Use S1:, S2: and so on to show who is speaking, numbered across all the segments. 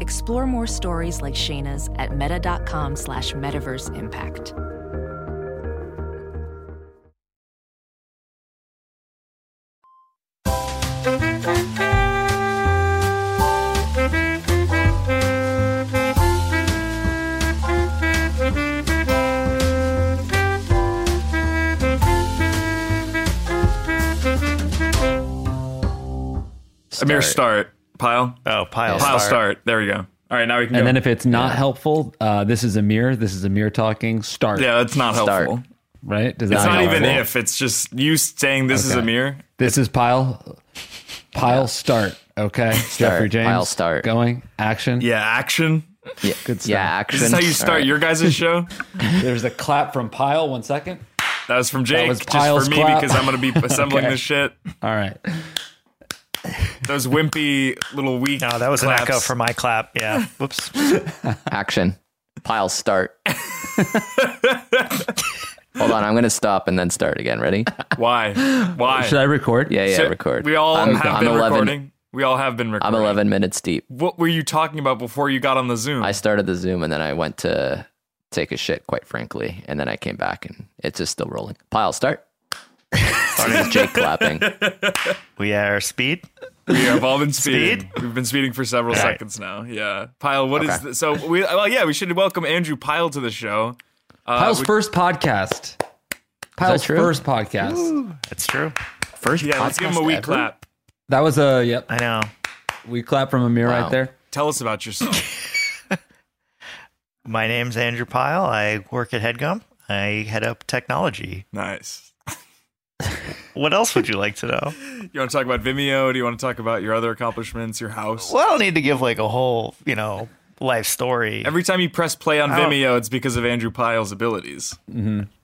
S1: Explore more stories like Shayna's at meta.com slash metaverse impact.
S2: A mere start pile.
S3: Oh, pile.
S2: Pile start. There we go. All right, now we can.
S4: And
S2: go.
S4: then if it's not helpful, uh, this is Amir. This is Amir talking. Start.
S2: yeah, that's not
S3: Start.
S2: helpful.
S4: Right? Does
S2: It's
S4: that
S2: not
S4: help?
S2: even if. It's just you saying this is
S4: Okay.
S2: a mirror.
S4: This is pile. Pile start. Okay. Jeffrey James.
S3: Pile start.
S4: Going. Action.
S2: Yeah, action.
S3: Yeah, good Yeah, action.
S2: Is this how you start your guys' show?
S4: There's a clap from pile. One second.
S2: That was from Jake.
S4: was
S2: just
S4: Pyle's
S2: for me
S4: clap.
S2: because I'm going to be assembling
S4: Okay.
S2: this shit.
S4: All right.
S2: Those wimpy little weak.
S5: No, Oh, that was
S2: claps.
S5: an echo for my clap. Yeah. Whoops.
S3: action. Pile start. Hold on, I'm gonna stop and then start again. Ready?
S2: Why? Why?
S4: Should I record?
S3: Yeah, yeah.
S2: So
S3: record.
S2: We all
S3: I'm,
S2: have
S3: I'm
S2: been
S3: 11.
S2: recording. We all have been
S3: I'm
S2: recording.
S3: 11 minutes deep.
S2: What were you talking about before you got on the Zoom?
S3: I started the Zoom and then I went to take a shit, quite frankly, and then I came back and it's just still rolling. Pile start. Starting with Jake clapping.
S5: We are speed.
S2: we have all been speeding.
S5: Speed?
S2: We've been speeding for several
S5: All right.
S2: seconds now. Yeah, Pyle. What is
S3: Okay.
S2: the, so? We well, yeah, we should welcome Andrew Pyle to the show. Uh,
S4: Pile's
S2: we-
S4: first podcast. Pile's
S3: true?
S4: first podcast.
S5: That's true.
S3: First
S2: Yeah, let's give him a
S3: podcast
S2: weak
S3: ever?
S2: clap.
S4: That was a yep.
S5: I know.
S4: We clap from Amir
S3: Wow.
S4: right there.
S2: Tell us about yourself.
S5: My name's Andrew Pyle. I work at HeadGum. I head up technology.
S2: nice.
S5: What else would you like to know?
S2: You want to talk about Vimeo? Do you want to talk about your other accomplishments? Your house?
S5: Well, I don't need to give like a whole, you know, life story.
S2: Every time you press play on
S5: I don't- Mm-hmm.
S2: Vimeo, it's because of Andrew Pyle's abilities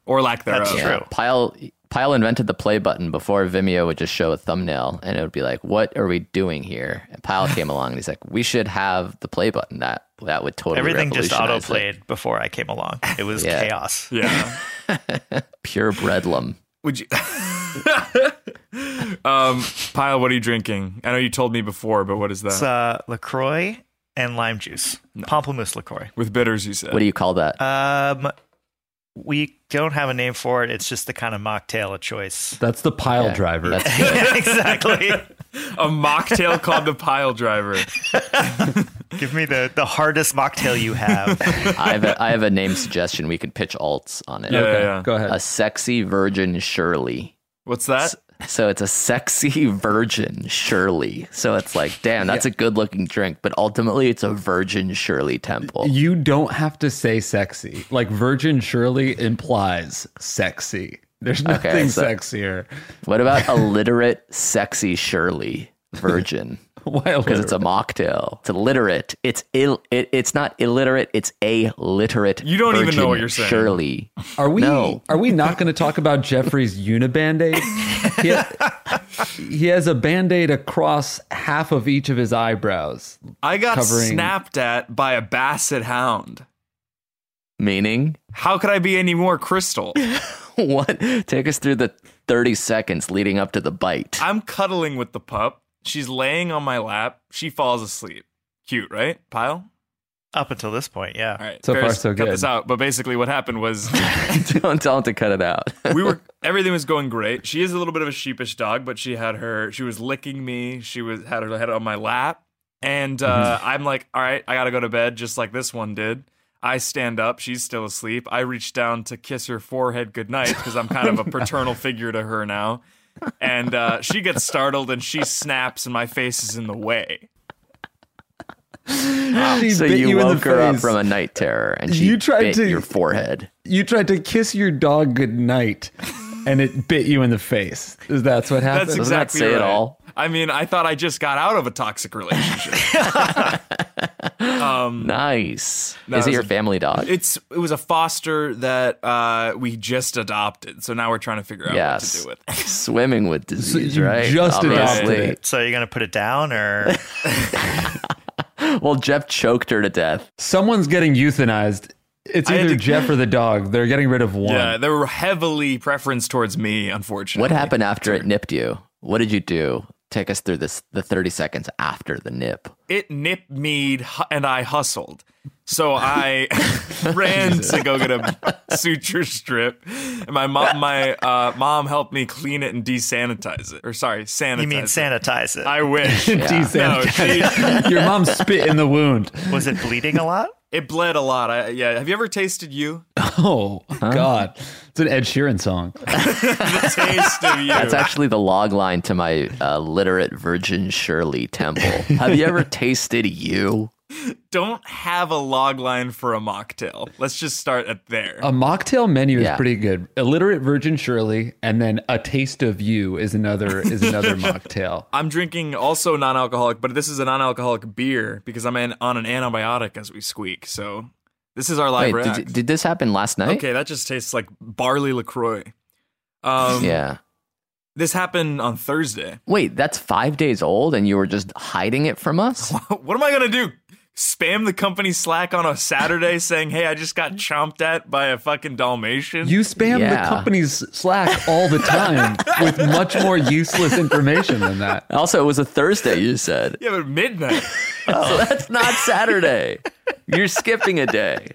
S2: or lack thereof.
S5: That's
S3: Yeah,
S5: True.
S3: Pyle Pyle invented the play button before Vimeo would just show a thumbnail and it would be like, "What are we doing here?" And Pyle came along and he's like, "We should have the play button that that would totally
S5: Everything just auto
S3: revolutionize it."
S5: played before I came along. It was
S3: Yeah.
S5: chaos.
S2: Yeah.
S3: Pure breadlum.
S2: Would you? um, Pyle, what are you drinking? I know you told me before, but what is that?
S5: It's uh, LaCroix and lime juice. Pomplamoose LaCroix.
S2: With bitters, you said.
S3: What do you call that?
S5: Um, we don't have a name for it. It's just the kind of mocktail of choice.
S4: That's the pile
S3: Yeah,
S4: driver.
S3: That's good.
S5: Yeah, exactly.
S2: a mocktail called the Pile Driver.
S5: Give me the, the hardest mocktail you have.
S3: I have a, I have a name suggestion. We could pitch alts on it.
S2: Yeah,
S4: okay.
S2: yeah.
S4: Go
S3: A
S4: ahead.
S3: sexy virgin Shirley.
S2: What's that?
S3: So it's a sexy virgin Shirley. So it's like, damn, that's a good looking drink, but ultimately it's a virgin Shirley Temple.
S4: You don't have to say sexy. Like Virgin Shirley implies sexy. There's nothing
S3: so-
S4: sexier.
S3: What about illiterate, sexy Shirley virgin?
S4: Why?
S3: Because it's a mocktail. It's illiterate. It's ill. It, it's not illiterate. It's a literate.
S2: You don't even know what you're saying.
S3: Shirley.
S4: Are we
S3: No.
S4: are we not going to talk about Jeffrey's uniband aid? He, he has a band aid across half of each of his eyebrows.
S2: I got
S4: Covering-
S2: snapped at by a basset hound.
S3: Meaning,
S2: How could I be any more crystal?
S3: what? Take us through the thirty seconds leading up to the bite.
S2: I'm cuddling with the pup. She's laying on my lap. She falls asleep. Cute, right? Pile?
S5: Up until this point, yeah.
S2: All right.
S4: So far,
S2: Ferris,
S4: so
S2: Cut
S4: good.
S2: this out. But basically, what happened was
S3: don't tell him to cut it out.
S2: we were everything was going great. She is a little bit of a sheepish dog, but she had her she was licking me. She was had her head on my lap, and uh,
S3: Mm-hmm.
S2: I'm like, all right, I gotta go to bed, just like this one did. I stand up. She's still asleep. I reach down to kiss her forehead goodnight because I'm kind of a paternal figure to her now. And uh, she gets startled and she snaps, and my face is in the way.
S4: She
S3: so
S4: bit
S3: you,
S4: in the
S3: woke her up
S4: face.
S3: from a night terror, and she
S4: You tried
S3: bit
S4: to-
S3: your forehead.
S4: you tried to kiss your dog goodnight, and it bit you in the face. That's what happened.
S2: That's
S3: Doesn't that
S2: exactly
S3: say it
S2: right.
S3: all?
S2: I mean, I thought I just got out of a toxic relationship. Um,
S3: Nice.
S2: That
S3: Is it
S2: was
S3: your
S2: a-
S3: family dog?
S2: It's it was a foster that uh, we just adopted, so now we're trying to figure out
S3: yes.
S2: what to do with.
S3: Swimming with disease,
S4: you
S3: right?
S4: just adopted
S3: Obviously.
S5: So you're gonna put it down, or
S3: Well, Jeff choked her to death.
S4: Someone's getting euthanized. It's
S2: I had
S4: either
S2: to-
S4: Jeff or the dog. They're getting rid of one.
S2: Yeah, they were heavily preference towards me, unfortunately.
S3: What happened after it nipped you? What did you do? Take us through this the 30 seconds after the nip.
S2: It nipped me hu- and I hustled. So I ran to go get a suture strip, and my mom, my uh, mom helped me clean it and desanitize it. Or sorry, sanitize.
S5: you mean
S2: it.
S5: sanitize it?
S2: I wish. No, she,
S4: Your mom spit in the wound.
S5: Was it bleeding a lot?
S2: it bled a lot. I, yeah. Have you ever tasted you?
S4: Oh God, it's an Ed Sheeran song.
S2: The taste of you.
S3: That's actually the log line to my uh, literate Virgin Shirley Temple. Have you ever tasted you?
S2: don't have a log line for a mocktail. Let's just start at there.
S3: Um,
S4: A mocktail menu
S3: Yeah.
S4: is pretty good. Illiterate Virgin Shirley, and then a taste of you is another is another mocktail.
S2: I'm drinking also non-alcoholic, but this is a non-alcoholic beer because I'm in, on an antibiotic as we squeak. So this is our live
S3: Wait,
S2: react.
S3: did, did this happen last night?
S2: okay, that just tastes like barley Lacroix. Um,
S3: Yeah.
S2: This happened on Thursday.
S3: Wait, that's five days old, and you were just hiding it from us.
S2: what am I gonna do? Spam the company Slack on a Saturday saying, "Hey, I just got chomped at by a fucking Dalmatian."
S4: You spam
S3: Yeah.
S4: the company's Slack all the time with much more useless information than that.
S3: Also, it was a Thursday. You said
S2: yeah, but midnight. Oh.
S3: so. That's not Saturday. You're skipping a day.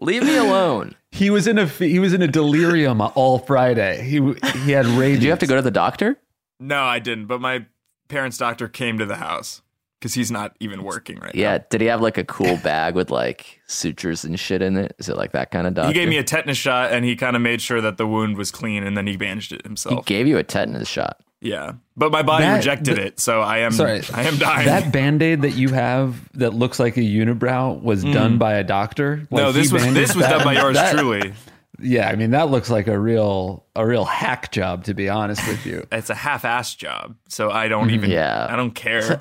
S3: Leave me alone.
S4: He was in a he was in a delirium all Friday. He w- he had rage.
S3: Did you have to go to the doctor?
S2: no, I didn't. But my parents' doctor came to the house because he's not even working right now.
S3: Yeah. Did he have like a cool bag with like sutures and shit in it? Is it like that kind of doctor?
S2: He gave me a tetanus shot and he kind of made sure that the wound was clean and then he bandaged it
S3: He
S2: himself.
S3: gave you a tetanus shot.
S2: yeah. But my body
S4: That-
S2: rejected
S4: th-
S2: it, so I am
S4: Sorry,
S2: I am dying.
S4: That band aid that you have that looks like a unibrow was done by a doctor. Like,
S2: Mm. no, this
S4: he
S2: was
S4: bandaged
S2: this was
S4: that-
S2: done by yours
S4: that-
S2: truly.
S4: Yeah, I mean that looks like a real a real hack job to be honest with you.
S2: It's a half assed job, so I
S4: Mm-hmm.
S2: don't even
S3: Yeah.
S2: I don't care.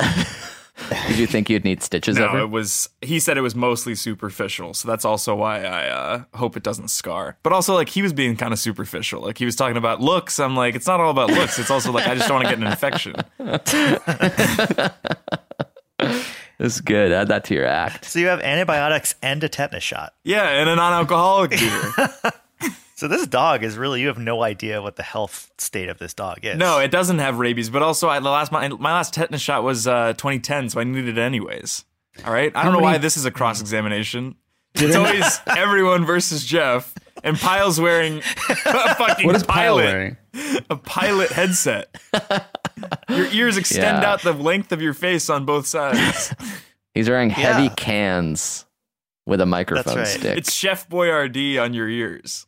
S3: Did you think you'd need stitches
S2: no,
S3: ever?
S2: it was he said it was mostly superficial, so that's also why I uh, hope it doesn't scar. But also like he was being kind of superficial. Like he was talking about looks. I'm like, it's not all about looks, it's also like I just don't want to get an infection.
S3: That's good. Add that to your act.
S5: So you have antibiotics and a tetanus shot.
S2: Yeah, and a non alcoholic beer.
S5: So this dog is really you have no idea what the health state of this dog is.
S2: No, it doesn't have rabies. But also, I, the last my, my last tetanus shot was uh, 2010, so I needed it anyways. All right, I don't know why this is a cross examination. It's always everyone versus Jeff, and Pyle's wearing a fucking
S4: What is Pyle
S2: pilot,
S4: wearing?
S2: a pilot headset. Your ears extend
S3: Yeah.
S2: out the length of your face on both sides.
S3: He's wearing heavy
S5: Yeah.
S3: cans with a microphone
S5: right.
S3: stick.
S2: It's Chef Boyardee on your ears.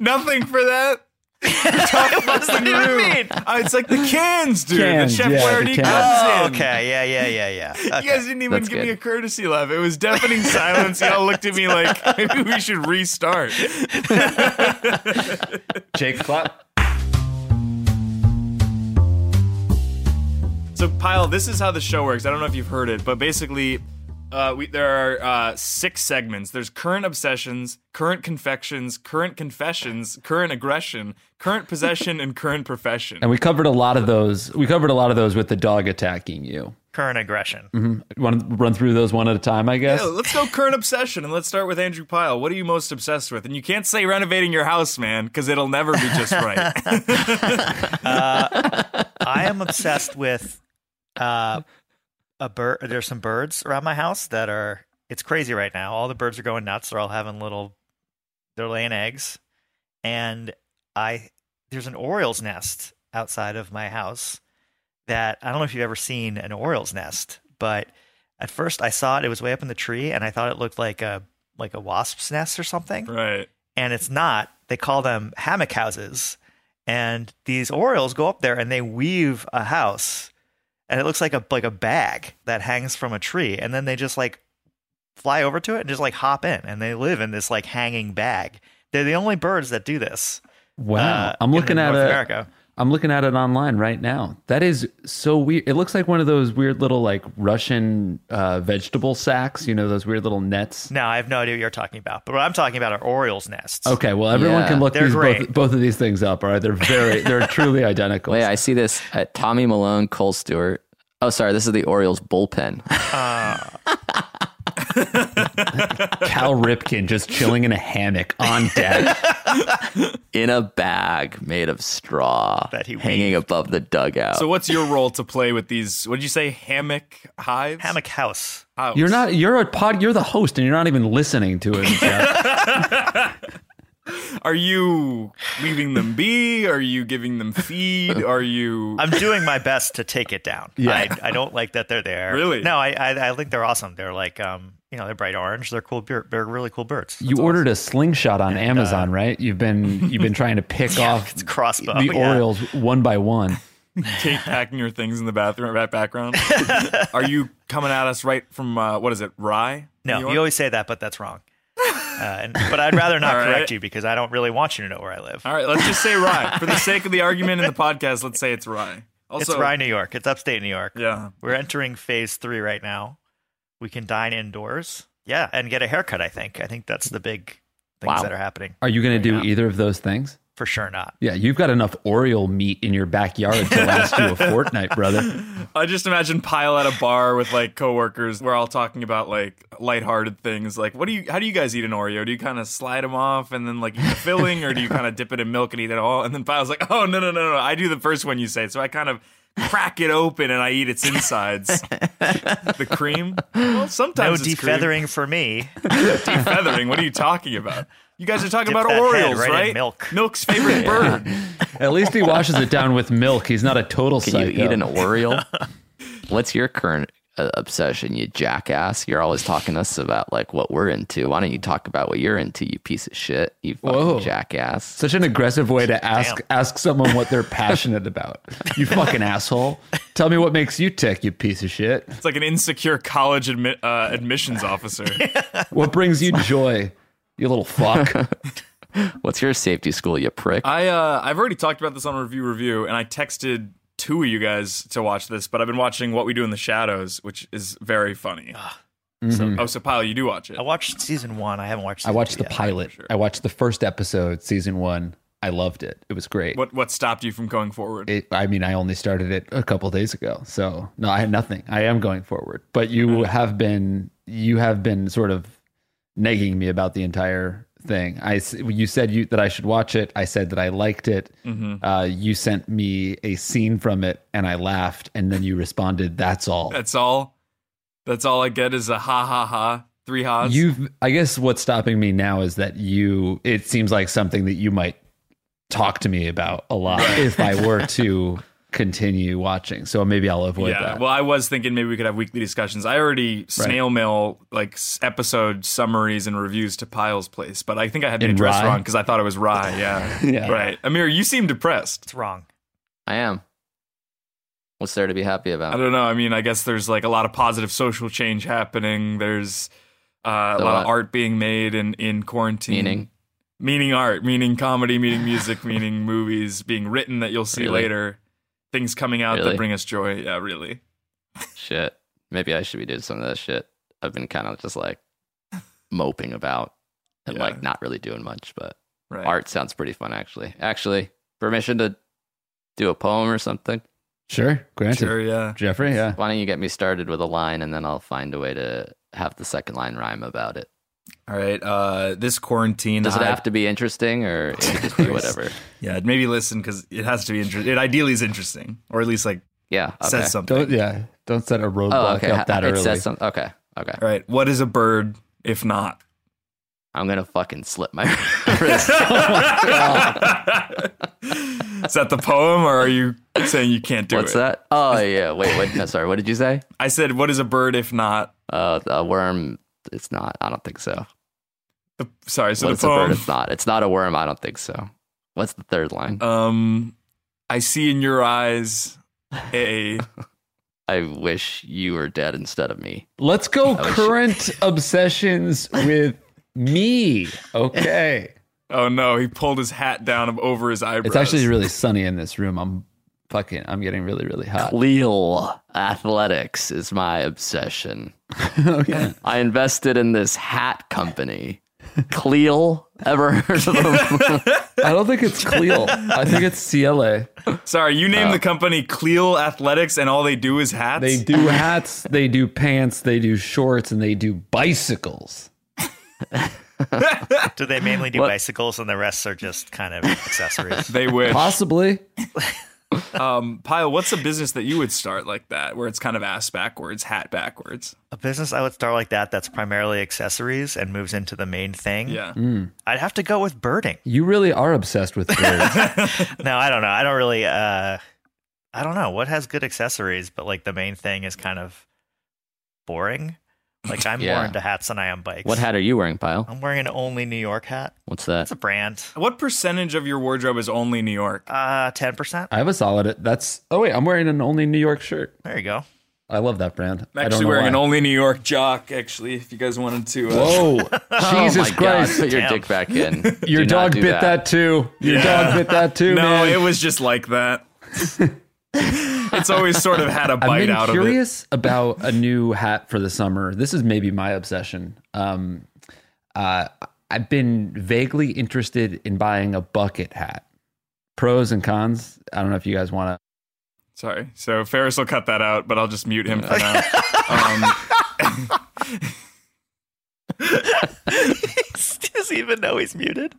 S2: Nothing for that.
S5: what does that even mean?
S2: Uh, it's like the cans, dude.
S4: Cans,
S2: the Chef
S4: yeah, the
S2: Boyardee
S4: cans.
S2: comes
S5: Oh,
S2: in.
S5: okay. Yeah, yeah, yeah, yeah. Okay.
S2: You guys didn't even
S3: That's
S2: give
S3: good.
S2: me a courtesy laugh. It was deafening silence. Y'all looked at me like maybe we should restart.
S4: Jake Clap.
S2: So, Pyle, this is how the show works. I don't know if you've heard it, but basically, uh, we, there are uh, six segments. There's current obsessions, current confections, current confessions, current aggression, current possession, and current profession.
S4: And we covered a lot of those. We covered a lot of those with the dog attacking you.
S5: Current aggression.
S4: Want to run through those one at a time, I guess.
S2: Yeah, let's go current obsession and let's start with Andrew Pyle. What are you most obsessed with? And you can't say renovating your house, man, because it'll never be just right.
S5: Uh, I am obsessed with uh, a bird. There's some birds around my house that are. It's crazy right now. All the birds are going nuts. They're all having little. They're laying eggs, and I there's an Oriole's nest outside of my house. That I don't know if you've ever seen an Oriole's nest, but at first I saw it. It was way up in the tree, and I thought it looked like a like a wasp's nest or something
S2: right.
S5: and it's not. They call them hammock houses. And these orioles go up there and they weave a house. And it looks like a like a bag that hangs from a tree. And then they just like fly over to it and just like hop in and they live in this like hanging bag. They're the only birds that do this.
S4: wow,
S5: uh,
S4: I'm
S5: in
S4: looking at
S5: North
S4: a.
S5: America.
S4: I'm looking at it online right now. That is so weird. It looks like one of those weird little like Russian uh, vegetable sacks. You know those weird little nets.
S5: No, I have no idea what you're talking about. But what I'm talking about are Orioles nests.
S4: Okay, well everyone
S3: Yeah.
S4: can look
S5: They're
S4: these both,
S5: great.
S4: both of these things up. All right, they're very they're truly identical.
S3: Wait, I see this at Tommy Malone, Cole Stewart. Oh, sorry, this is the Orioles bullpen.
S4: Cal Ripken just chilling in a hammock on deck.
S3: in a bag made of straw
S5: That he
S3: hanging above the dugout.
S2: So what's your role to play with these? What did you say? Hammock hives.
S5: Hammock house.
S2: House.
S4: You're not. You're a pod. You're the host, and you're not even listening to it. Jeff.
S2: Are you leaving them be? Are you giving them feed? Are you?
S5: I'm doing my best to take it down.
S4: Yeah.
S5: I, I don't like that they're there.
S2: Really?
S5: No, I, I I think they're awesome. They're like um you know they're bright orange. They're cool. bir- They're really cool birds.
S4: you ordered a slingshot on Amazon, right? You've been you've been trying to pick off
S5: It's a crossbow.
S4: the
S5: yeah.
S4: Orioles one by one.
S2: Kate packing your things in the bathroom right background. Are you coming at us right from uh, what is it? Rye?
S5: No,
S2: New York?
S5: you always say that, but that's wrong. Uh, and, but I'd rather not
S2: All right.
S5: correct you because I don't really want you to know where I live.
S2: All right, let's just say rye for the sake of the argument in the podcast. Let's say it's rye. Also,
S5: it's Rye, New York. It's upstate New York.
S2: Yeah,
S5: We're entering phase three right now. We can dine indoors. Yeah, and get a haircut. I think. I think that's the big things
S3: Wow.
S5: that are happening.
S4: Are you going to do
S5: now.
S4: either of those things?
S5: For sure not.
S4: Yeah, you've got enough Oriole meat in your backyard to last you a fortnight, brother.
S2: I just imagine pile at a bar with like coworkers. We're all talking about like lighthearted things. Like, what do you? How do you guys eat an Oreo? Do you kind of slide them off and then like eat the filling, or do you kind of dip it in milk and eat it all? And then pile's like, oh no no no no! I do the first one you say, so I kind of crack it open and I eat its insides. the cream. Well,
S5: No
S2: sometimes it's cream.
S5: defeathering for me.
S2: Defeathering. What are you talking about? You guys are talking
S5: Dip
S2: about
S5: that head
S2: Orioles,
S5: right in
S2: right?
S5: milk.
S2: Milk's favorite bird.
S4: At least he washes it down with milk. He's not a total
S3: Can
S4: psycho.
S3: you eat an Oreo? What's your current uh, obsession, you jackass? You're always talking to us about like what we're into. Why don't you talk about what you're into, you piece of shit, you fucking
S4: Whoa.
S3: jackass?
S4: Such an aggressive way to ask ask someone what they're passionate about. You fucking asshole. Tell me what makes you tick, you piece of shit.
S2: It's like an insecure college admi- uh, admissions officer.
S4: What brings you joy, you little fuck?
S3: What's your safety school, you prick?
S2: I uh, I've already talked about this on review review, and I texted two of you guys to watch this, but I've been watching What We Do in the Shadows, which is very funny.
S4: Mm-hmm.
S2: So, oh, so Pyle, you do watch it.
S5: I watched season one. I haven't watched.
S4: I
S5: Season
S4: watched
S5: two
S4: the
S5: yet.
S4: pilot. I watched the first episode, season one. I loved it. It was great.
S2: What what stopped you from going forward?
S4: It, I mean, I only started it a couple days ago, so no, I had nothing. I am going forward, but you have been you have been sort of negging me about the entire thing. I s- you said you that I should watch it. I said that I liked it. Uh, you sent me a scene from it, and I laughed, and then you responded, "That's all."
S2: That's all. That's all I get is a ha ha ha. Three ha's.
S4: You've, I guess, what's stopping me now is that you. It seems like something that you might talk to me about a lot if I were to continue watching. So maybe I'll avoid
S2: yeah.
S4: that.
S2: Well, I was thinking maybe we could have weekly discussions. I already snail mail like s- episode summaries and reviews to Pyle's place, but I think I had the
S4: In
S2: address
S4: Rye?
S2: wrong because I thought it was Rye. Yeah.
S4: Yeah.
S2: Right. Amir, you seem depressed.
S5: It's wrong.
S3: I am. What's there to be happy
S2: I
S3: about?
S2: don't know. I mean, I guess there's like a lot of positive social change happening. There's uh, a
S3: So
S2: lot
S3: what?
S2: of art being made in, in quarantine.
S3: Meaning?
S2: Meaning art, meaning comedy, meaning music, meaning movies being written that you'll see
S3: Really?
S2: later. Things coming out that
S3: Really?
S2: bring us joy. Yeah, really.
S3: Shit. Maybe I should be doing some of that shit. I've been kind of just like moping about and
S2: Yeah.
S3: like not really doing much, but
S2: Right.
S3: art sounds pretty fun actually. Actually, permission to do a poem or something.
S4: Sure, granted.
S2: Sure, yeah.
S4: Jeffrey, yeah.
S3: Why don't you get me started with a line and then I'll find a way to have the second line rhyme about it.
S2: All right. Uh, this quarantine.
S3: Does it
S2: I've-
S3: have to be interesting or it could just be whatever?
S2: Yeah, maybe listen because it has to be interesting. It ideally is interesting, or at least like
S3: Yeah. Okay.
S2: says something.
S4: Don't yeah. Don't set a roadblock
S3: Oh, okay.
S4: up that
S3: it
S4: early.
S3: says something. Okay. Okay.
S2: All right, what is a bird if not?
S3: I'm going to fucking slip my wrist.
S2: Is that the poem, or are you saying you can't do
S3: What's
S2: it?
S3: that? Oh, yeah. Wait, wait. No, sorry. What did you say?
S2: I said, what is a bird if not?
S3: Uh, a worm. It's not. I don't think so.
S2: The, sorry, so
S3: What's
S2: the
S3: a bird?
S2: poem.
S3: It's not. It's not a worm. I don't think so. What's the third line?
S2: um, I see in your eyes a.
S3: I wish you were dead instead of me.
S4: Let's go
S3: Oh, shit.
S4: current obsessions with me. Okay.
S2: Oh no, he pulled his hat down over his eyebrows.
S4: It's actually really sunny in this room. I'm fucking. I'm getting really, really hot.
S3: Cleal Athletics is my obsession.
S4: okay.
S3: I invested in this hat company. Cleal, ever heard of them?
S4: I don't think it's Cleal. I think it's CLA.
S2: Sorry, you named the company Cleal Athletics, and all they do is hats.
S4: They do hats, they do pants, they do shorts, and they do bicycles.
S5: Do they mainly do
S3: What?
S5: bicycles and the rest are just kind of accessories?
S2: They wish.
S4: Possibly.
S2: Um, Pyle, what's a business that you would start like that, where it's kind of ass backwards, hat backwards?
S5: a business I would start like that that's primarily accessories and moves into the main thing.
S2: Yeah.
S5: I'd have to go with birding.
S4: Mm. You really are obsessed with birds.
S5: No, I don't know. I don't really uh I don't know what has good accessories, but like the main thing is kind of boring. Like I'm
S3: Yeah.
S5: more into hats than I am bikes.
S3: what hat are you wearing, Pyle?
S5: I'm wearing an only New York hat.
S3: What's that?
S5: It's a brand.
S2: What percentage of your wardrobe is only New York?
S5: Uh ten percent.
S4: I have a solid. That's. Oh wait, I'm wearing an only New York shirt.
S5: There you go.
S4: I love that brand.
S2: I'm
S4: I don't
S2: actually
S4: know
S2: wearing an
S4: why.
S2: only New York jock. Actually, if you guys wanted to, uh,
S4: Whoa! Jesus
S3: oh my God,
S4: Christ!
S3: put your
S5: Damn.
S3: dick back in.
S4: Your
S3: Do not
S4: dog
S3: do
S4: bit that. too. Your dog bit that too,
S2: no,
S4: man.
S2: it was just like that. it's always sort of had a
S4: I've
S2: bite
S4: been
S2: out of it.
S4: curious about a new hat for the summer. This is maybe my obsession. Um, uh, I've been vaguely interested in buying a bucket hat. Pros and cons. I don't know if you guys want
S2: Sorry. So Ferris will cut that out, but I'll just mute him for now. Um,
S5: Does he even know he's muted?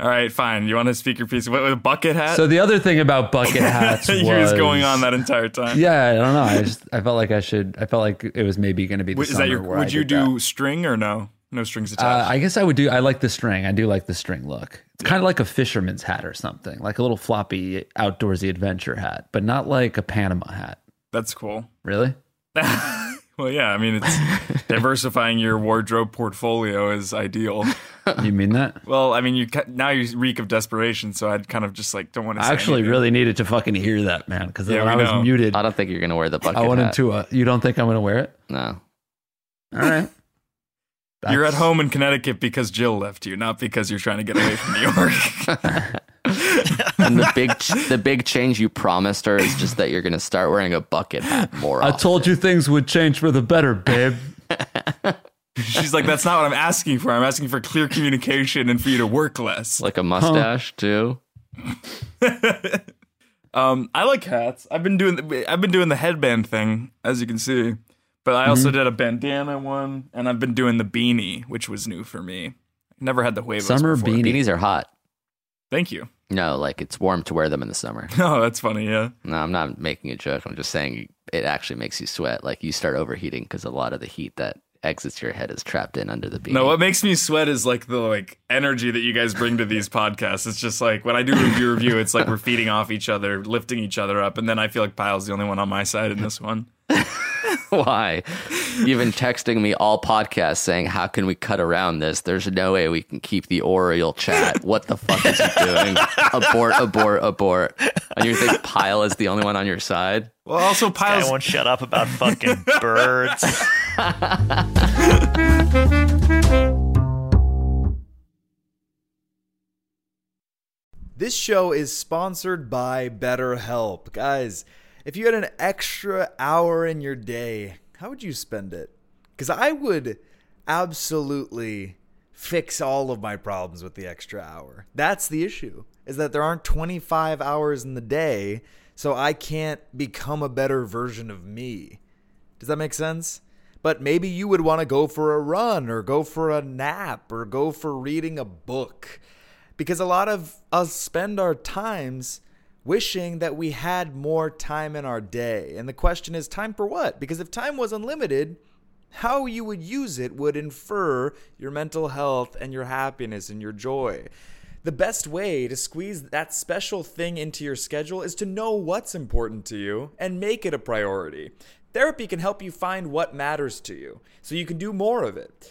S2: all right, fine. You want to speak your piece? What, a bucket
S4: to.
S2: hat?
S4: So the other thing about bucket hats was
S2: he was going on that entire time.
S4: Yeah, I don't know. I just I felt like I should. I felt like it was maybe going to be. The
S2: Wait, is that your?
S4: summer where I
S2: Would you
S4: did that.
S2: do string or no? No strings
S4: Uh,
S2: attached.
S4: I guess I would do. I like the string. I do like the string look. It's kind of like a fisherman's hat or something, like a little floppy outdoorsy adventure hat, but not like a Panama hat.
S2: That's cool.
S4: Really?
S2: Well, yeah. I mean, it's diversifying your wardrobe portfolio is ideal.
S4: You mean that?
S2: Well, I mean, you ca- now you reek of desperation, so I'd kind of just like don't want to.
S4: I actually really needed to fucking hear that, man, because
S2: Yeah,
S4: when I
S2: we
S4: was
S2: know.
S4: muted,
S3: I
S4: I,
S3: don't think you're gonna wear the bucket
S4: wanted
S3: hat.
S4: to. Uh, you don't think I'm going to wear it?
S3: No.
S4: All right.
S2: You're at
S4: That's-
S2: home in Connecticut because Jill left you, not because you're trying to get away from New York.
S3: And the big ch- the big change you promised her is just that you're gonna start wearing a bucket hat more.
S4: I
S3: often.
S4: told you things would change for the better, babe.
S2: She's like, "That's not what I'm asking for. I'm asking for clear communication and for you to work less."
S3: like a mustache too.
S2: Um, I like hats. I've been doing the, I've been doing the headband thing, as you can see. But I
S4: Mm-hmm.
S2: also did a bandana one, and I've been doing the beanie, which was new for me. Never had the huevos
S4: Summer
S2: before.
S4: beanie.
S3: Beanies are hot.
S2: Thank you.
S3: No, like it's warm to wear them in the summer.
S2: No, that's funny. Yeah.
S3: No, I'm not making a joke. I'm just saying it actually makes you sweat. Like you start overheating because a lot of the heat that exits your head is trapped in under the beanie.
S2: No, what makes me sweat is like the like energy that you guys bring to these podcasts. It's just like when I do review review, it's like we're feeding off each other, lifting each other up, and then I feel like Pyle's the only one on my side in this one.
S3: Why? You've been texting me all podcasts saying, "How can we cut around this? There's no way we can keep the Oriole chat. What the fuck is he doing? abort, abort, abort." And you think Pyle is the only one on your side?
S2: Well, also
S5: I
S2: Pyle's
S5: won't shut up about fucking birds.
S6: This show is sponsored by BetterHelp. Guys, if you had an extra hour in your day, how would you spend it? Because I would absolutely fix all of my problems with the extra hour. That's the issue, is that there aren't 25 hours in the day, so I can't become a better version of me. Does that make sense? But maybe you would want to go for a run or go for a nap or go for reading a book. Because a lot of us spend our times wishing that we had more time in our day. And the question is time for what? Because if time was unlimited, how you would use it would infer your mental health and your happiness and your joy. The best way to squeeze that special thing into your schedule is to know what's important to you and make it a priority. Therapy can help you find what matters to you so you can do more of it.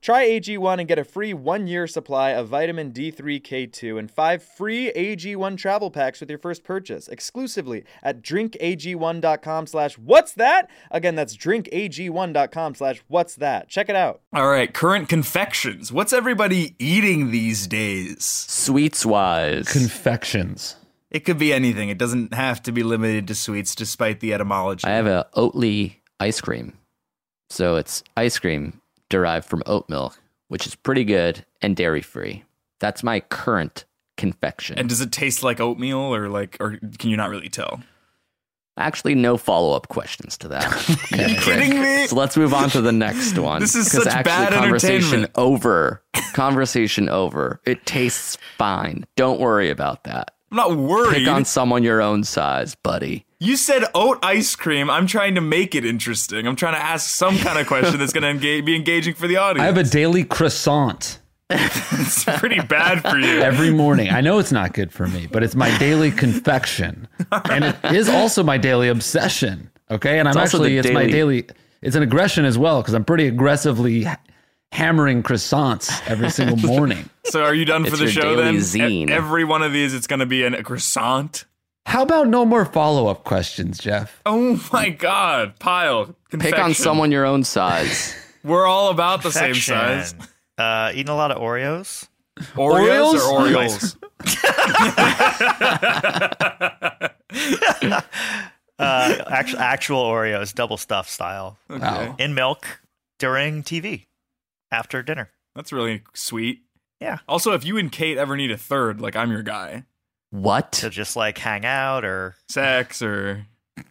S6: Try AG1 and get a free one year supply of vitamin D3K2 and five free AG1 travel packs with your first purchase exclusively at drinkag1.com slash what's that? Again, that's drinkag1.com slash what's that. Check it out.
S2: All right, current confections. What's everybody eating these days?
S3: Sweets wise.
S4: Confections.
S2: It could be anything. It doesn't have to be limited to sweets, despite the etymology.
S3: I have a Oatly ice cream. So it's ice cream derived from oat milk, which is pretty good and dairy free. That's my current confection.
S2: and does it taste like oatmeal, or like, or can you not really tell?
S3: Actually, no follow up questions to that. You prick.
S2: kidding me?
S3: So let's move on to the next one.
S2: This is
S3: 'Cause
S2: such
S3: actually,
S2: bad
S3: conversation
S2: entertainment.
S3: over. Conversation over. It tastes fine. Don't worry about that.
S2: I'm not
S3: Pick
S2: worried.
S3: on someone your own size, buddy.
S2: You said oat ice cream. I'm trying to make it interesting. I'm trying to ask some kind of question that's going to engage, be engaging for the audience.
S4: I have a daily croissant
S2: it's pretty bad for you.
S4: every morning. I know it's not good for me, but it's my daily confection, and it is also my daily obsession. Okay, and I'm
S3: also
S4: actually
S3: the
S4: it's my
S3: daily-
S4: daily. It's an aggression as well because I'm pretty aggressively ha- hammering croissants every single morning.
S2: so are you done for
S3: It's
S2: the
S3: your
S2: show
S3: daily
S2: then? E-
S3: zine.
S2: Every one of these, it's going to be an, a croissant.
S4: How about no more follow up questions, Jeff?
S2: Oh my God, pile.
S3: Pick
S2: confection.
S3: on someone your own size.
S2: We're all about the same
S5: Perfection.
S2: size.
S5: Uh, eating a lot of Oreos.
S2: Oreos
S4: Oreos?
S2: or Orioles?
S5: Uh, actual, actual Oreos, double stuff style,
S3: Oh.
S4: Wow.
S5: in milk during TV, after dinner.
S2: That's really sweet.
S5: Yeah.
S2: Also, if you and Kate ever need a third, like I'm your guy.
S3: what?
S5: To just like hang out or
S2: Sex or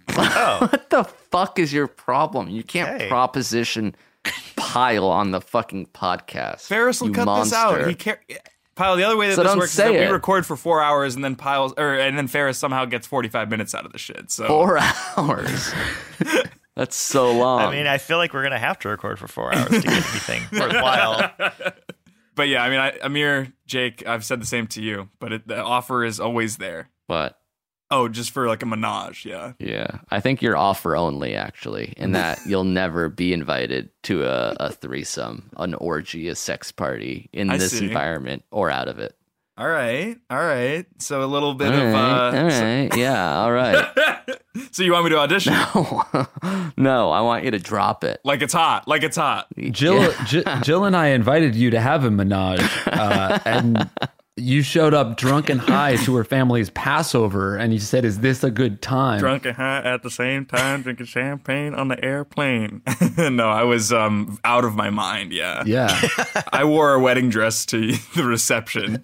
S5: oh,
S3: What the fuck is your problem? You can't
S5: Hey.
S3: proposition pile on the fucking podcast.
S2: Ferris will
S3: you
S2: cut
S3: monster.
S2: this out. He care. Pyle, the other way that
S3: So
S2: this
S3: don't
S2: works is
S3: say
S2: that we
S3: it.
S2: record for four hours and then Pyle or and then Ferris somehow gets forty five minutes out of the shit. So
S3: Four hours. That's so long.
S5: I mean, I feel like we're gonna have to record for four hours to get anything worthwhile.
S2: but yeah, I mean, I, Amir, Jake, I've said the same to you, but it, the offer is always there.
S3: but
S2: Oh, just for like a menage, yeah.
S3: yeah, I think you're offer only actually, in that you'll never be invited to a, a threesome, an orgy, a sex party in
S2: I
S3: this
S2: see.
S3: environment or out of it.
S2: All right, all right. So a little bit
S3: All
S2: of.
S3: right,
S2: Uh,
S3: all right, yeah, all right.
S2: So, so you want me to audition?
S3: no, I want you to drop it.
S2: Like it's hot. Like it's hot.
S4: Jill, Ji- Jill and I invited you to have a menage, uh, and You showed up drunk and high to her family's Passover, and you said, "Is this a good time?"
S2: drunk and high at the same time, drinking champagne on the airplane. no, I was um, out of my mind. Yeah.
S4: Yeah,
S2: I wore a wedding dress to the reception.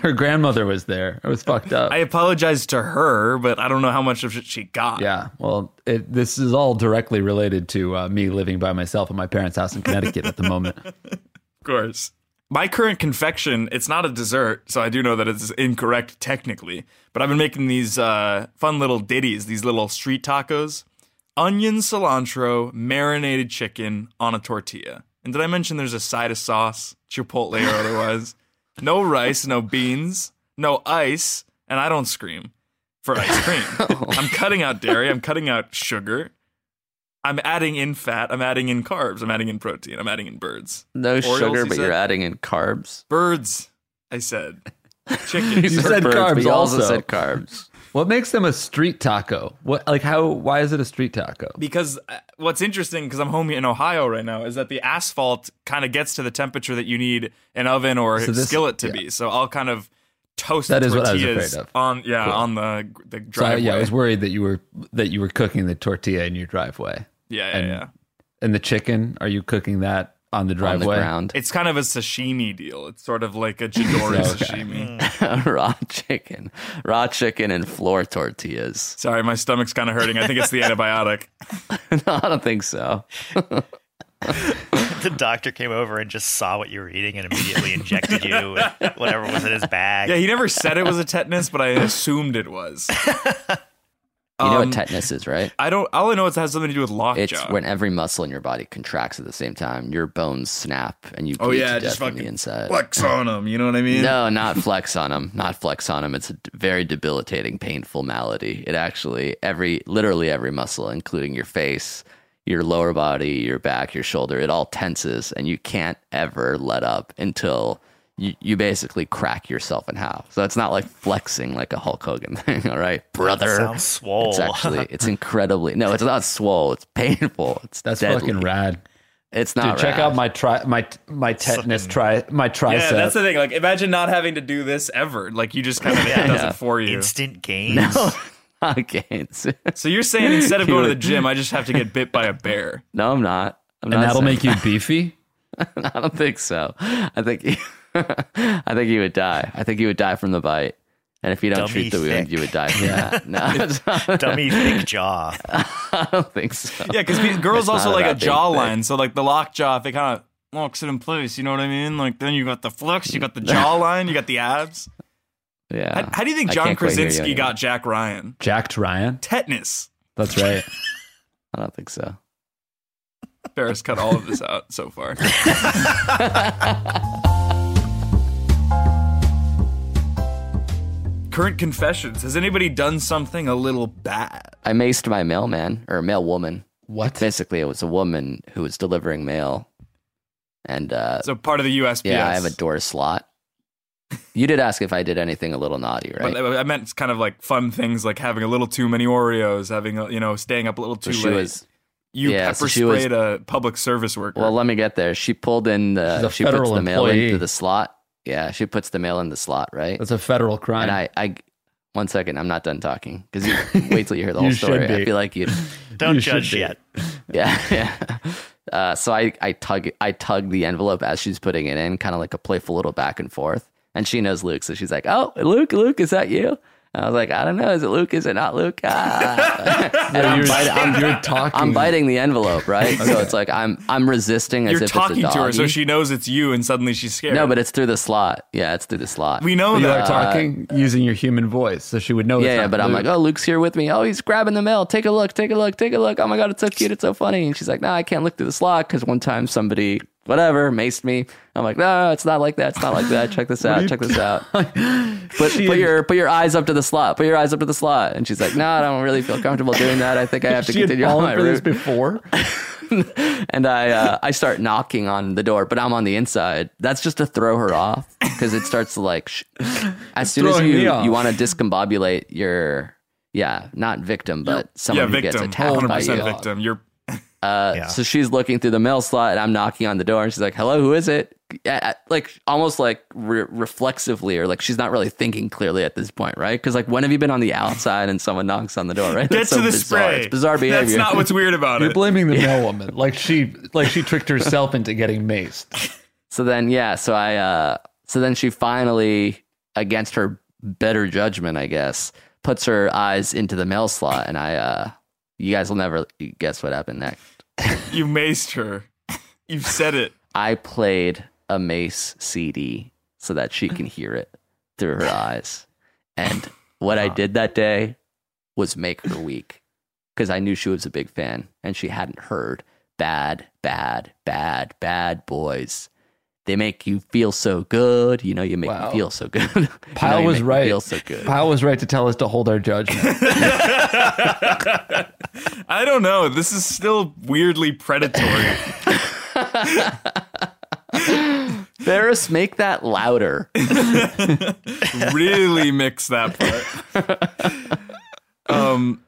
S4: her grandmother was there. It was fucked up.
S2: I apologized to her, but I don't know how much of it she got.
S4: yeah, well, it, this is all directly related to uh, me living by myself at my parents' house in Connecticut at the moment.
S2: Of course. My current confection, it's not a dessert, so I do know that it's incorrect technically, but I've been making these uh, fun little ditties, these little street tacos. Onion, cilantro, marinated chicken on a tortilla. And did I mention there's a side of sauce, chipotle or otherwise? no rice, no beans, no ice, and I don't scream for ice cream. I'm cutting out dairy, I'm cutting out sugar. I'm adding in fat, I'm adding in carbs, I'm adding in protein, I'm adding in birds.
S3: No
S2: Oreos,
S3: sugar,
S2: he
S3: but you're
S2: said?
S3: adding in carbs.
S2: Birds, I said.
S3: You
S2: Chicken.
S4: said carbs
S3: but you also.
S4: also.
S3: said carbs.
S4: What makes them a street taco? What like how? Why is it a street taco?
S2: because uh, what's interesting, because I'm home in Ohio right now, is that the asphalt kind of gets to the temperature that you need an oven or
S4: So this-
S2: skillet to
S4: yeah.
S2: be. So I'll kind of toast
S4: That
S2: the
S4: is what I was
S2: tortillas
S4: afraid of.
S2: on yeah
S4: Cool.
S2: on the the
S4: So I,
S2: driveway.
S4: yeah, I
S2: yeah,
S4: was worried that you were that you were cooking the tortilla in your driveway
S2: yeah, yeah,
S4: and and the chicken. Are you cooking that
S3: on
S4: on the
S3: the
S4: driveway?
S3: ground.
S2: It's kind of a sashimi deal. It's sort of like a Jidori
S4: Okay.
S2: sashimi.
S3: raw chicken, raw chicken, and floor tortillas.
S2: Sorry, my stomach's kind of hurting. I think it's the antibiotic.
S3: no, I don't think so.
S5: the doctor came over and just saw what you were eating and immediately injected you with whatever was in his bag.
S2: Yeah, he never said it was a tetanus, but I assumed it was.
S3: You know
S2: Um,
S3: what tetanus is, right?
S2: I don't. All I know is it has something to do with lockjaw.
S3: It's when every muscle in your body contracts at the same time. Your bones snap, and you bleed
S2: Oh, yeah,
S3: to
S2: just
S3: death from the
S2: fucking
S3: inside.
S2: flex on them. You know what I mean?
S3: No, not flex on them. Not flex on them. It's a d- very debilitating, painful malady. It actually every literally every muscle, including your face, your lower body, your back, your shoulder, it all tenses, and you can't ever let up until you, you basically crack yourself in half. So it's not like flexing like a Hulk Hogan thing. All right, brother.
S5: Sounds swole.
S3: It's actually it's incredibly no, it's not swole. It's painful. It's
S4: That's
S3: deadly.
S4: fucking rad.
S3: It's
S4: Dude,
S3: not.
S4: check
S3: rad.
S4: out my tri- my my tetanus tri my tricep.
S2: Yeah, that's the thing. Like, imagine not having to do this ever. Like, you just kind of it does
S3: Yeah.
S2: it for you.
S5: Instant gains.
S3: gains.
S2: So you're saying instead of going to the gym, I just have to get bit by a bear?
S3: no, I'm not. I'm
S4: and
S3: not
S4: that'll
S3: saying-
S4: make you beefy.
S3: I don't think so. I think he, I think you would die. I think you would die from the bite. And if you don't
S5: Dummy
S3: treat the wound,
S5: thick.
S3: you would die from that. No, it's not-
S5: Dummy thick jaw.
S3: I don't think so.
S2: Yeah, because girls
S3: It's
S2: also
S3: not
S2: like a
S3: about being
S2: jawline. So like the lockjaw, if it kind of locks it in place, you know what I mean? Like then you got the flex, you got the jawline, you got the abs.
S3: Yeah.
S2: How, how do you think
S3: Ah, I
S2: John
S3: can't quite hear you
S2: Krasinski
S3: anymore.
S2: got Jack Ryan?
S4: Jacked Ryan.
S2: Tetanus.
S4: That's right.
S3: I don't think so.
S2: Barris cut all of this out so far. Current confessions. Has anybody done something a little bad?
S3: I maced my mailman or mail woman.
S4: what?
S3: Basically, it was a woman who was delivering mail. And uh,
S2: So part of the USPS.
S3: yeah, I have a door slot. You did ask if I did anything a little naughty, right?
S2: But I I meant it's kind of like fun things, like having a little too many Oreos, having a, you know, staying up a little
S3: So
S2: too
S3: she
S2: late.
S3: was-
S2: you
S3: yeah, so
S2: pepper
S3: she was-
S2: sprayed a public service worker.
S3: Well, let me get there. She pulled in
S4: She's
S3: the.
S4: a
S3: She puts
S4: federal
S3: the mail
S4: employee.
S3: into the slot. Yeah, she puts the mail in the slot, right?
S4: That's a federal crime.
S3: And I, I, one second, I'm not done talking because you wait till you hear the
S4: You
S3: whole
S4: should
S3: story.
S4: be.
S3: I feel like you,
S5: Don't
S4: You should
S5: judge
S4: be.
S5: yet.
S3: yeah, yeah. Uh, so I, I tug, I tug the envelope as she's putting it in, kind of like a playful little back and forth. And she knows Luke, so she's like, "Oh, Luke, Luke, is that you?" And I was like, "I don't know, is it Luke? Is it not Luke?" Ah. and
S4: Yeah,
S3: I'm,
S4: you're,
S3: biting, I'm,
S4: you're talking.
S3: I'm biting the envelope, right? So it's like I'm, I'm resisting as
S2: You're
S3: if
S2: talking
S3: it's a
S2: to her, so
S3: doggy.
S2: she knows it's you, and suddenly she's scared.
S3: No, but it's through the slot. Yeah, it's through the slot.
S2: we know
S4: You
S2: that.
S4: are talking using your human voice, so she would know.
S3: yeah,
S4: it's
S3: yeah,
S4: not
S3: but I'm
S4: Luke.
S3: like, oh, Luke's here with me. Oh, he's grabbing the mail. Take a look, take a look, take a look. Oh my god, it's so cute, it's so funny. And she's like, nah, I can't look through the slot because one time somebody, whatever, maced me. I'm like, no, no, it's not like that. It's not like that. Check this out. Check this out. Put, put your put your eyes up to the slot. Put your eyes up to the slot. And she's like, no, I don't really feel comfortable doing that. I think I have to
S4: she had
S3: continue on
S4: fallen
S3: my
S4: for this
S3: route.
S4: before.
S3: and I uh, I start knocking on the door, but I'm on the inside. That's just to throw her off because it starts to like sh- as soon as
S4: Throwing me
S3: you
S4: off.
S3: you want to discombobulate your yeah not victim but
S2: yeah,
S3: someone who gets
S2: victim.
S3: attacked by
S2: 100%
S3: you.
S2: victim. You're
S3: Uh,
S5: Yeah.
S3: So she's looking through the mail slot, and I'm knocking on the door, and she's like, "Hello, who is it?" a- a- like almost like re- reflexively or like she's not really thinking clearly at this point, right? Because like when have you been on the outside and someone knocks on the door, right?
S2: Get
S3: That's
S2: to
S3: so
S2: the
S3: bizarre.
S2: spray.
S3: It's bizarre behavior.
S2: That's not what's weird about
S4: You're
S2: it.
S4: blaming the male woman, like she, like she tricked herself into getting maced.
S3: So then, yeah. So I, uh, so then she finally, against her better judgment, I guess, puts her eyes into the mail slot, and I, uh, you guys will never guess what happened next.
S2: you maced her. You've said it.
S3: I played a Mace CD so that she can hear it through her eyes. And what I did that day was make her weak because I knew she was a big fan and she hadn't heard bad, bad, bad, bad boys. They make you feel so good. You know, you make
S4: Wow.
S3: me feel so good. You know,
S4: Pyle
S3: you
S4: was
S3: make me
S4: right.
S3: Feel so good.
S4: Pyle was right to tell us to hold our judgment.
S2: I don't know. This is still weirdly predatory.
S3: Ferris, make that louder.
S2: really mix that part. Um,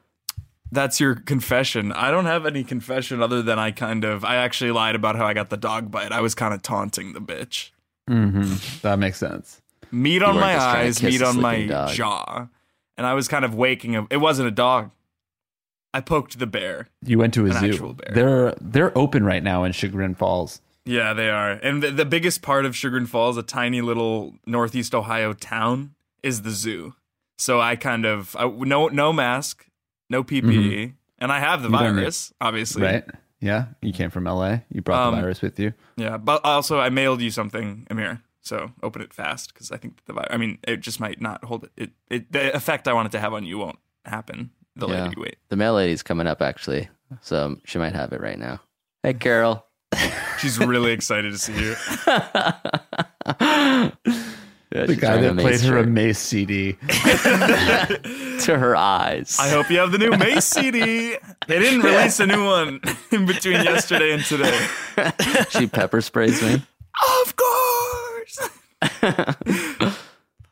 S2: that's your confession. I don't have any confession other than I kind of I actually lied about how I got the dog bite. I was kind of taunting the bitch.
S4: hmm That makes sense.
S2: Meat
S3: You
S2: on
S3: weren't
S2: my
S3: just trying to
S2: eyes,
S3: kiss
S2: meat
S3: a
S2: on my
S3: sleeping dog.
S2: jaw, and I was kind of waking up. It wasn't a dog. I poked the bear.
S4: You went to a
S2: An actual
S4: zoo.
S2: bear.
S4: They're they're open right now in Chagrin Falls.
S2: Yeah, they are. And the, the biggest part of Sugar and Falls, a tiny little northeast Ohio town, is the zoo. So I kind of I, no no mask, no PPE, and I have the
S4: Mm-hmm. You learned
S2: virus, obviously.
S4: Right? Yeah. You came from LA. You brought
S2: Um,
S4: the virus with you.
S2: Yeah, but also I mailed you something, Amir. So open it fast because I think the virus. I mean, it just might not hold it. It, it. The effect I want it to have on you won't happen. The
S3: Yeah.
S2: later you wait,
S3: The mail lady's coming up, actually. So she might have it right now. Hey, Carol.
S2: she's really excited to see you.
S3: Yeah,
S4: The
S3: she's
S4: guy
S3: wearing a
S4: that played
S3: Mace
S4: her a
S3: shirt
S4: Mace CD.
S3: to her eyes.
S2: I hope you have the new Mace CD. They didn't release a new one in between yesterday and today.
S3: she pepper sprays me.
S2: Of course.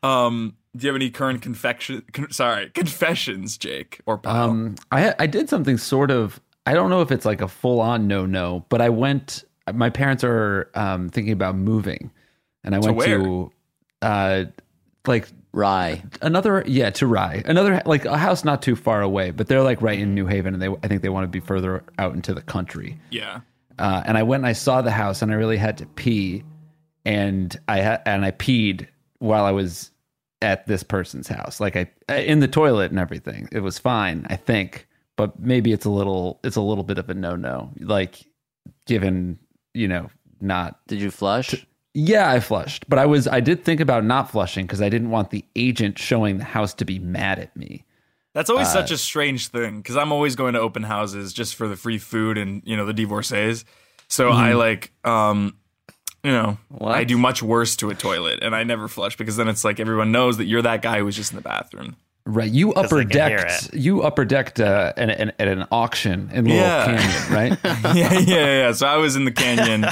S2: um, do you have any current confection? Con- sorry, confessions, Jake or Pyle?
S4: Um, I I did something sort of. I don't know if it's like a full on no no, but I went. My parents are um, thinking about moving, and I went to, uh, like
S3: Rye.
S4: another yeah to Rye, another like a house not too far away, but they're like right in New Haven, and they I think they want to be further out into the country.
S2: yeah,
S4: Uh, and I went and I saw the house, and I really had to pee, and I ha- and I peed while I was at this person's house, like I uh, in the toilet and everything. It was fine, I think, but maybe it's a little it's a little bit of a no no, like given you know not
S3: Did you flush?
S4: yeah I flushed, but I was I did think about not flushing because I didn't want the agent showing the house to be mad at me.
S2: that's always such a strange thing because I'm always going to open houses just for the free food and you know the divorcees. So I like, um, you know,
S3: What?
S2: I do much worse to a toilet, and I never flush because then it's like everyone knows that you're that guy who was just in the bathroom.
S4: Right, you upper
S5: they can hear
S4: decked, you upper decked uh, an, an, at an auction in Laurel
S2: Yeah.
S4: Canyon, right?
S2: yeah, yeah, yeah. So I was in the canyon,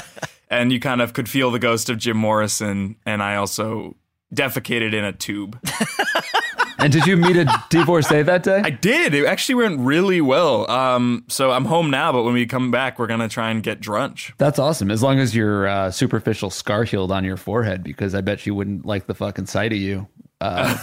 S2: and you kind of could feel the ghost of Jim Morrison, and I also defecated in a tube.
S4: And did you meet a divorcee that day?
S2: I did. It actually went really well. Um, so I'm home now, but when we come back, we're gonna try and get drunch.
S4: That's awesome. As long as your uh, superficial scar healed on your forehead, because I bet she wouldn't like the fucking sight of you uh,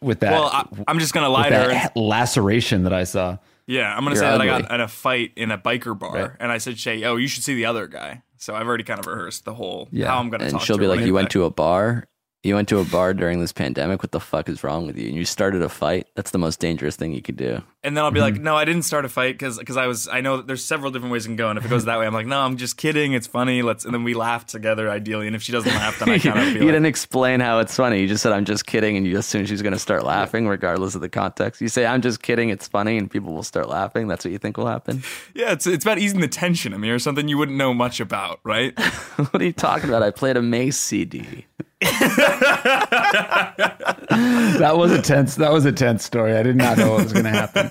S4: with that,
S2: Well, I, I'm just gonna lie to
S4: with
S2: her. and-
S4: that laceration that I saw.
S2: yeah, I'm gonna
S3: You're
S2: say that I
S3: ugly.
S2: got in a fight in a biker bar, and I said, "Shay, oh, you should see the other guy." So I've already kind of rehearsed the whole
S4: Yeah,
S2: how I'm gonna.
S3: And
S2: talk
S3: she'll
S2: to
S3: be
S2: her
S3: like,
S2: when I
S3: You
S2: get
S3: went
S2: back."
S3: to a bar? You went to a bar during this pandemic? What the fuck is wrong with you? And you started a fight? That's the most dangerous thing you could do.
S2: and then I'll be
S3: Mm-hmm.
S2: like, "No, I didn't start a fight because I was I know that there's several different ways it can go, and if it goes that way, I'm like, no, I'm just kidding. It's funny. Let's and then we laugh together ideally, and if she doesn't laugh, then I
S3: you
S2: kind of feel like,
S3: didn't explain how it's funny. You just said, I'm just kidding. And you assume she's going to start laughing, regardless of the context. You say, I'm just kidding. It's funny. And people will start laughing. That's what you think will happen.
S2: yeah, it's it's about easing the tension. I mean, or something you wouldn't know much about, right?
S3: what are you talking about? I played a Mace CD.
S4: That was a tense. That was a tense story. I did not know what was going to happen.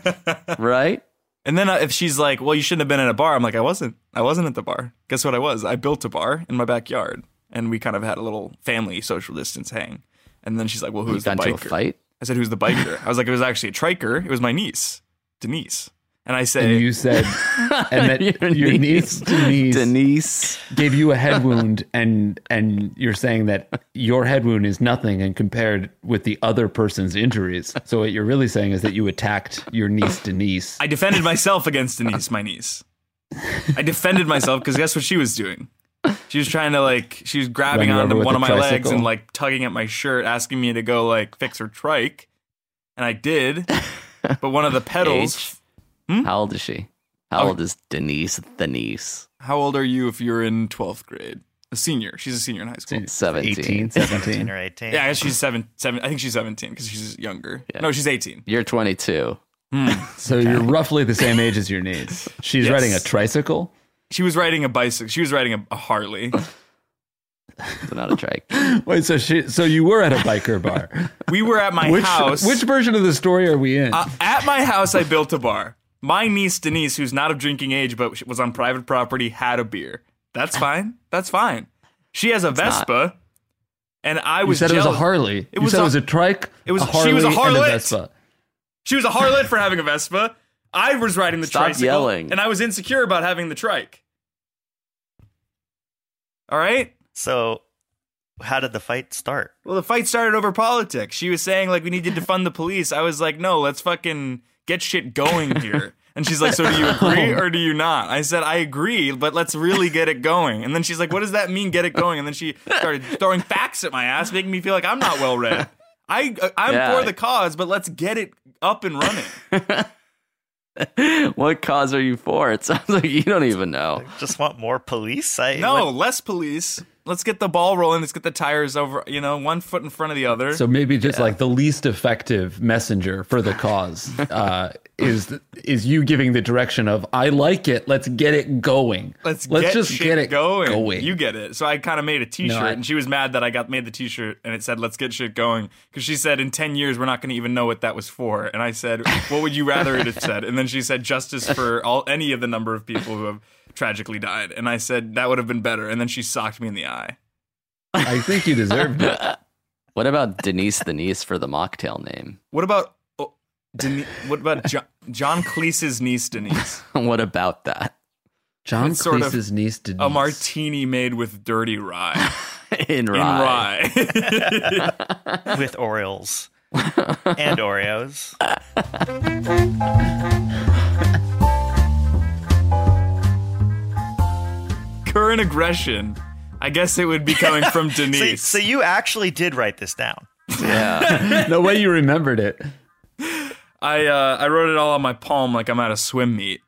S3: Right?
S2: And then uh, if she's like, "Well, you shouldn't have been at a bar," I'm like, "I wasn't. I wasn't at the bar. Guess what? I was. I built a bar in my backyard, and we kind of had a little family social distance hang." And then she's like, "Well,
S3: You
S2: who's the
S3: got into a
S2: biker?"
S3: fight?
S2: I said, "Who's the biker?" I was like, "It was actually a triker. It was my niece, Denise." and I say,
S4: And you said, and that your, niece, Denise,
S3: Denise.
S4: gave you a head wound, and and you're saying that your head wound is nothing and compared with the other person's injuries. So what you're really saying is that you attacked your niece, Denise.
S2: I defended myself against Denise, my niece. I defended myself because guess what she was doing? She was trying to like she was grabbing
S4: Run you
S2: onto
S4: over with
S2: one
S4: a
S2: of my legs
S4: tricycle.
S2: and like tugging at my shirt, asking me to go like fix her trike, and I did. But one of the pedals.
S3: How old is she?
S2: Oh.
S3: How old is Denise? The niece.
S2: How old are you if you're in twelfth grade? A senior. She's a senior in high school.
S3: 17.
S4: 18,
S5: 17
S4: 17.
S5: or 18.
S2: Yeah, I guess she's seven. Seven. I think she's seventeen because she's younger. No, she's eighteen.
S3: You're 22.
S4: So you're roughly the same age as your niece. She's
S2: Yes.
S4: riding a tricycle.
S2: She was riding a bicycle. She was riding a, a Harley.
S3: So not a trike.
S4: Wait, so she, so you were at a biker bar.
S2: We were at my
S4: Which
S2: house.
S4: which version of the story are we in?
S2: Uh, at my house, I built a bar. My niece Denise, who's not of drinking age but was on private property, had a beer. That's fine. That's fine. She has a Vespa, and I
S4: you
S2: was
S4: said
S2: jealous.
S4: it was a Harley. you
S2: was
S4: said
S2: a-
S4: it was a trike.
S2: it was-
S4: a
S2: she
S4: Harley
S2: was a
S4: And
S2: harlot.
S4: a Vespa.
S2: She was a harlot for having a Vespa. I was riding the
S3: Stop
S2: tricycle,
S3: yelling.
S2: and I was insecure about having the trike. All right.
S5: So, how did the fight start?
S2: Well, the fight started over politics. She was saying like we need to defund the police. I was like, no, let's fucking get shit going here. And she's like, so do you agree or do you not? I said, I agree, but let's really get it going. And then she's like, what does that mean, get it going? And then she started throwing facts at my ass, making me feel like I'm not well read. I uh, I'm
S3: Yeah.
S2: for the cause, but let's get it up and running.
S3: what cause are you for? It sounds like you don't even know.
S5: Just want more police? I,
S2: No,
S5: what-
S2: less police. Let's get the ball rolling. Let's get the tires over. You know, one foot in front of the other.
S4: So maybe just like the least effective messenger for the cause uh, is is you giving the direction of I like it. Let's get it going.
S2: Let's,
S4: let's
S2: get
S4: just
S2: shit
S4: get it
S2: going.
S4: going.
S2: You get it. So I kind of made a T-shirt,
S4: I-
S2: and she was mad that I got made the T-shirt, and it said "Let's get shit going" because she said in ten years we're not going to even know what that was for. And I said, "What would you rather it had said?" And then she said, "Justice for all any of the number of people who have tragically died." And I said, "That would have been better." And then she socked me in the eye.
S4: I think you deserved it.
S3: What about Denise the niece for the mocktail name?
S2: What about oh, Deni- what about John, John Cleese's niece Denise?
S3: What about that?
S4: John
S2: It's sort of
S4: Cleese's niece did
S2: A martini made with dirty rye.
S3: In
S2: In
S3: rye.
S2: rye.
S5: with Orioles and Oreos.
S2: Current aggression. I guess it would be coming from
S5: So,
S2: Denise.
S5: so you actually did write this down.
S4: the way you remembered it.
S2: I uh, I wrote it all on my palm like I'm at a swim meet.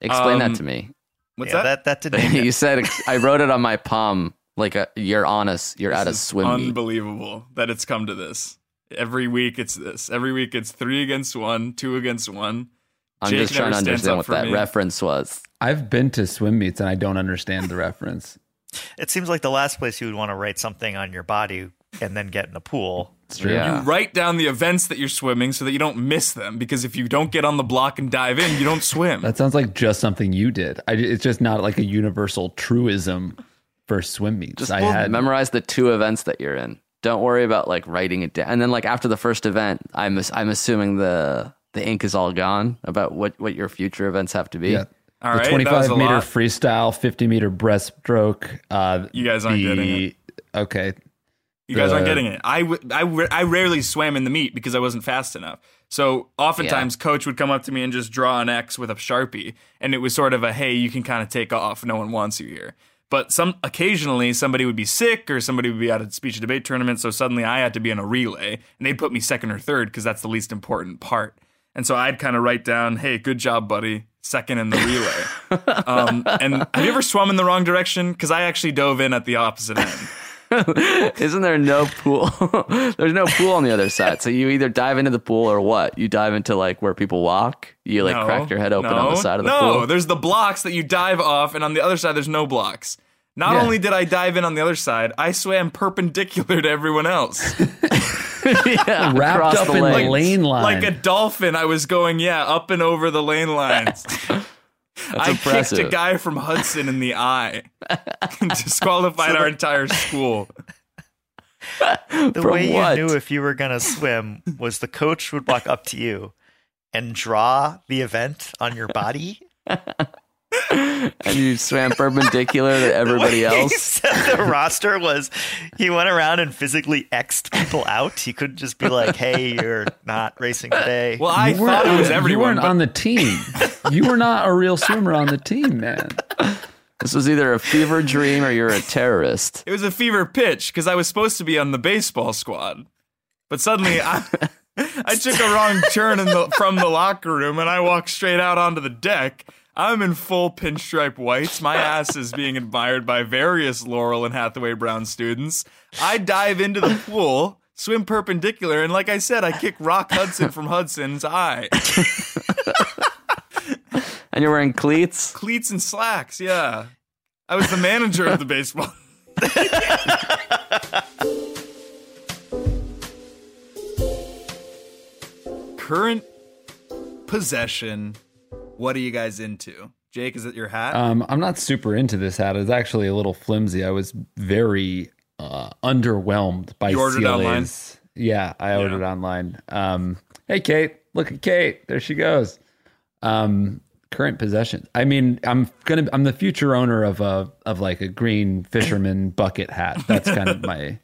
S3: Explain
S2: Um,
S3: that to me.
S2: What's
S5: yeah,
S2: that?
S5: that? That didn't.
S3: you said ex- I wrote it on my palm like a, you're honest. You're at a swim meet.
S2: Unbelievable that it's come to this. Every week it's this. Every week it's three against one, two against one.
S3: I'm
S2: Jake
S3: just trying to
S2: never stands up
S3: understand what
S2: for
S3: that
S2: me.
S3: reference was.
S4: I've been to swim meets and I don't understand the reference.
S5: It seems like the last place you would want to write something on your body and then get in the pool.
S4: It's true.
S3: Yeah.
S2: Write down the events that you're swimming so that you don't miss them. Because if you don't get on the block and dive in, you don't swim.
S4: That sounds like just something you did. I, it's just not like a universal truism for swim meets.
S3: Just
S4: I had
S3: memorize the two events that you're in. Don't worry about like writing it down. And then like after the first event, I'm ass- I'm assuming the the ink is all gone about what what your future events have to be.
S4: yeah,
S2: All
S4: the
S2: right, that was
S4: 25
S2: a
S4: meter
S2: lot.
S4: freestyle, 50 meter breaststroke. Uh,
S2: You guys aren't
S4: the-
S2: getting it.
S4: Okay.
S2: You guys aren't
S4: the-
S2: getting it. I, w- I, w- I rarely swam in the meet because I wasn't fast enough. So oftentimes, coach would come up to me and just draw an X with a sharpie, and it was sort of a hey, you can kind of take off. No one wants you here. But some occasionally somebody would be sick or somebody would be at a speech and debate tournament, so suddenly I had to be in a relay, and they put me second or third because that's the least important part. And so I'd kind of write down, hey, good job, buddy, second in the relay. um, and have you ever swum in the wrong direction? Because I actually dove in at the opposite end.
S3: Isn't there no pool? There's no pool on the other side. So you either dive into the pool or what? You dive into like where people walk. You like
S2: No,
S3: crack your head open on the
S2: no,
S3: side of the
S2: no,
S3: pool.
S2: there's the blocks that you dive off, and on the other side, there's no blocks. Not only did I dive in on the other side, I swam perpendicular to everyone else.
S3: yeah,
S4: Wrapped
S3: across
S4: up in the
S3: lanes.
S4: lane line.
S2: like a dolphin, I was going, yeah, up and over the lane lines. I kicked a
S3: impressive.
S2: guy from Hudson in the eye and disqualified our entire school.
S5: The
S3: From
S5: way
S3: what?
S5: you knew if you were gonna swim was the coach would walk up to you and draw the event on your body.
S3: and you swam perpendicular to everybody
S5: He
S3: else.
S5: said the roster was he went around and physically X'd people out. He couldn't just be like, "Hey, you're not racing today."
S2: Well, I thought it was
S4: You
S2: everyone.
S4: weren't
S2: but-
S4: on the team. you were not a real swimmer on the team, man.
S3: This was either a fever dream or you're a terrorist.
S2: It was a fever pitch because I was supposed to be on the baseball squad, but suddenly I, I took a wrong turn in the, from the locker room and I walked straight out onto the deck. I'm in full pinstripe whites. My ass is being admired by various Laurel and Hathaway Brown students. I dive into the pool, swim perpendicular, and like I said, I kick Rock Hudson from Hudson's eye.
S3: And you're wearing cleats?
S2: Cleats and slacks, yeah. I was the manager of the baseball. Current possession. What are you guys into? Jake, is it your hat?
S4: Um, I'm not super into this hat. It's actually a little flimsy. I was very uh, underwhelmed by
S2: You ordered online?
S4: CLAs. Yeah, I ordered online. Um, hey, Kate, look at Kate. There she goes. Um, current possession. I mean, I'm gonna. I'm the future owner of a of like a green fisherman bucket hat. That's kind of my.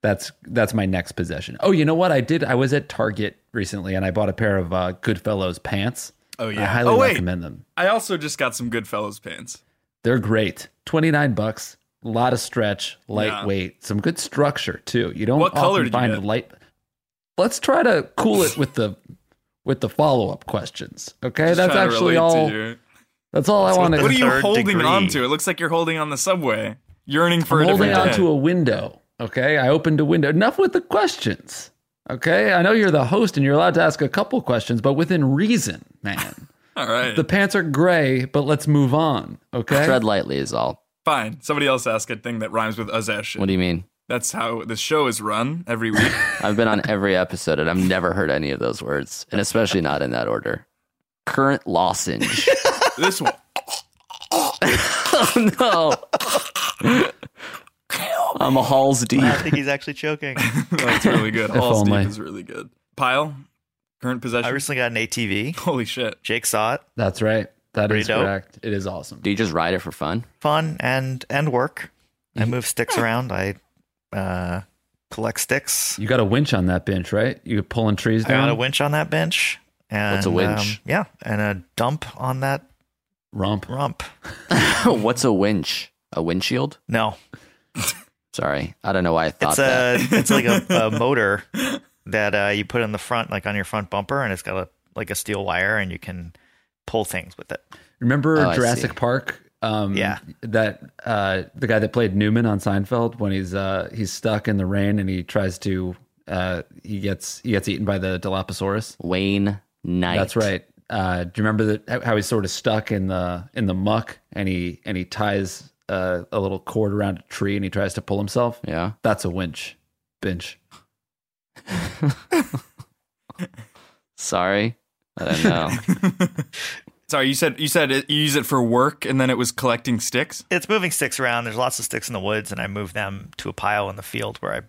S4: That's that's my next possession. Oh, you know what? I did. I was at Target recently, and I bought a pair of uh, Goodfellows pants.
S2: oh
S4: I
S2: yeah.
S4: highly
S2: Oh wait,
S4: recommend them.
S2: I also just got some Goodfellas pants.
S4: They're great. 29 bucks. A lot of stretch, lightweight, some good structure too. You don't
S2: What color
S4: often
S2: did you
S4: find
S2: get?
S4: a light. Let's try to cool it with the with the follow-up questions. Okay?
S2: Just
S4: that's
S2: trying to
S4: actually
S2: relate to
S4: all
S2: you.
S4: that's all I
S5: That's what
S4: want
S5: the
S2: What are you
S5: Third
S2: holding
S5: degree.
S2: on to? It looks like you're holding on the subway, yearning for a
S4: I'm holding
S2: different
S4: on
S2: day.
S4: to a window. Okay, I opened a window. Enough with the questions. Okay, I know you're the host and you're allowed to ask a couple questions, but within reason, man.
S2: All right,
S4: the pants are gray, but let's move on. Okay,
S3: Tread lightly is all.
S2: fine. Somebody else ask a thing that rhymes with possession.
S3: What do you mean?
S2: That's how the show is run every week.
S3: I've been on every episode and I've never heard any of those words, and especially not in that order. Current lozenge.
S2: this one.
S3: oh no. I'm a halls deep.
S5: I think he's actually joking.
S2: That's really good. All
S4: only.
S2: Steve is really good. Pile, current
S5: I
S2: possession.
S5: recently got an ATV.
S2: Holy shit.
S5: Jake saw it.
S4: that's right. That
S5: Pretty
S4: is
S5: dope.
S4: correct. It is awesome.
S3: Do you just ride it for fun?
S5: Fun and and work. I move sticks around. I uh, collect sticks.
S4: You got a winch on that bench, right? You pulling trees
S5: I got
S4: down.
S5: a winch on that bench. And,
S3: What's a winch?
S5: um, yeah, and a dump on that
S4: Rump.
S5: rump.
S3: What's a winch? A windshield?
S5: No,
S3: Sorry. I don't know why I thought
S5: it's
S3: that.
S5: a it's like a, a motor that uh, you put in the front, like on your front bumper, and it's got a like a steel wire, and you can pull things with it.
S4: Remember
S3: Oh, I
S4: Jurassic
S3: see.
S4: Park? Um,
S5: Yeah.
S4: That uh, the guy that played Newman on Seinfeld when he's uh, he's stuck in the rain and he tries to uh, he gets he gets eaten by the Dilophosaurus.
S3: Wayne Knight.
S4: That's right. Uh, do you remember that how- how he's sort of stuck in the in the muck and he and he ties uh, a little cord around a tree and he tries to pull himself?
S3: Yeah.
S4: That's a winch, bench.
S3: Sorry. I don't know.
S2: Sorry, you said you said it, you use it for work, and then it was collecting sticks.
S5: It's moving sticks around. There's lots of sticks in the woods, and I move them to a pile in the field where I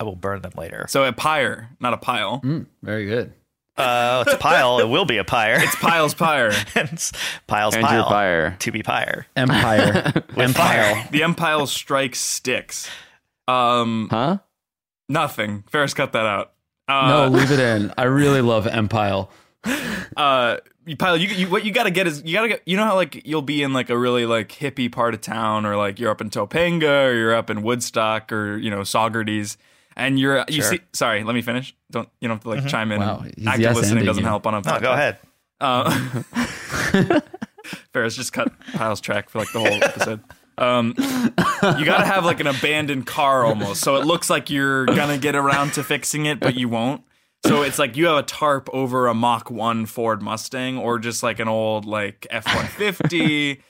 S5: I will burn them later.
S2: So a pyre, not a pile.
S4: Mm, very good.
S5: Uh, it's a pile. it will be a pyre.
S2: It's pile's pyre.
S5: It's pile's
S3: Andrew
S5: pile.
S3: Pyre.
S5: To be pyre.
S4: Empire. Empire.
S2: The empire strikes sticks. Um,
S3: Huh?
S2: nothing. Ferris, cut that out.
S4: No,
S2: Uh,
S4: leave it in. I really love Empire.
S2: uh, you- pile. You, you what you gotta get is you gotta get. You know how like you'll be in like a really like hippie part of town, or like you're up in Topanga, or you're up in Woodstock, or you know Saugerties, and you're you see. Sorry, let me finish. Don't you don't have to like chime in.
S4: Mm-hmm. Wow, he's
S2: Active
S4: yes-ending
S2: listening doesn't
S4: you.
S2: help on a
S5: No, go ahead.
S2: Uh, Ferris just cut Kyle's track for like the whole episode. Um, you gotta have like an abandoned car almost, so it looks like you're gonna get around to fixing it, but you won't. So it's like you have a tarp over a Mach One Ford Mustang or just like an old like F one fifty,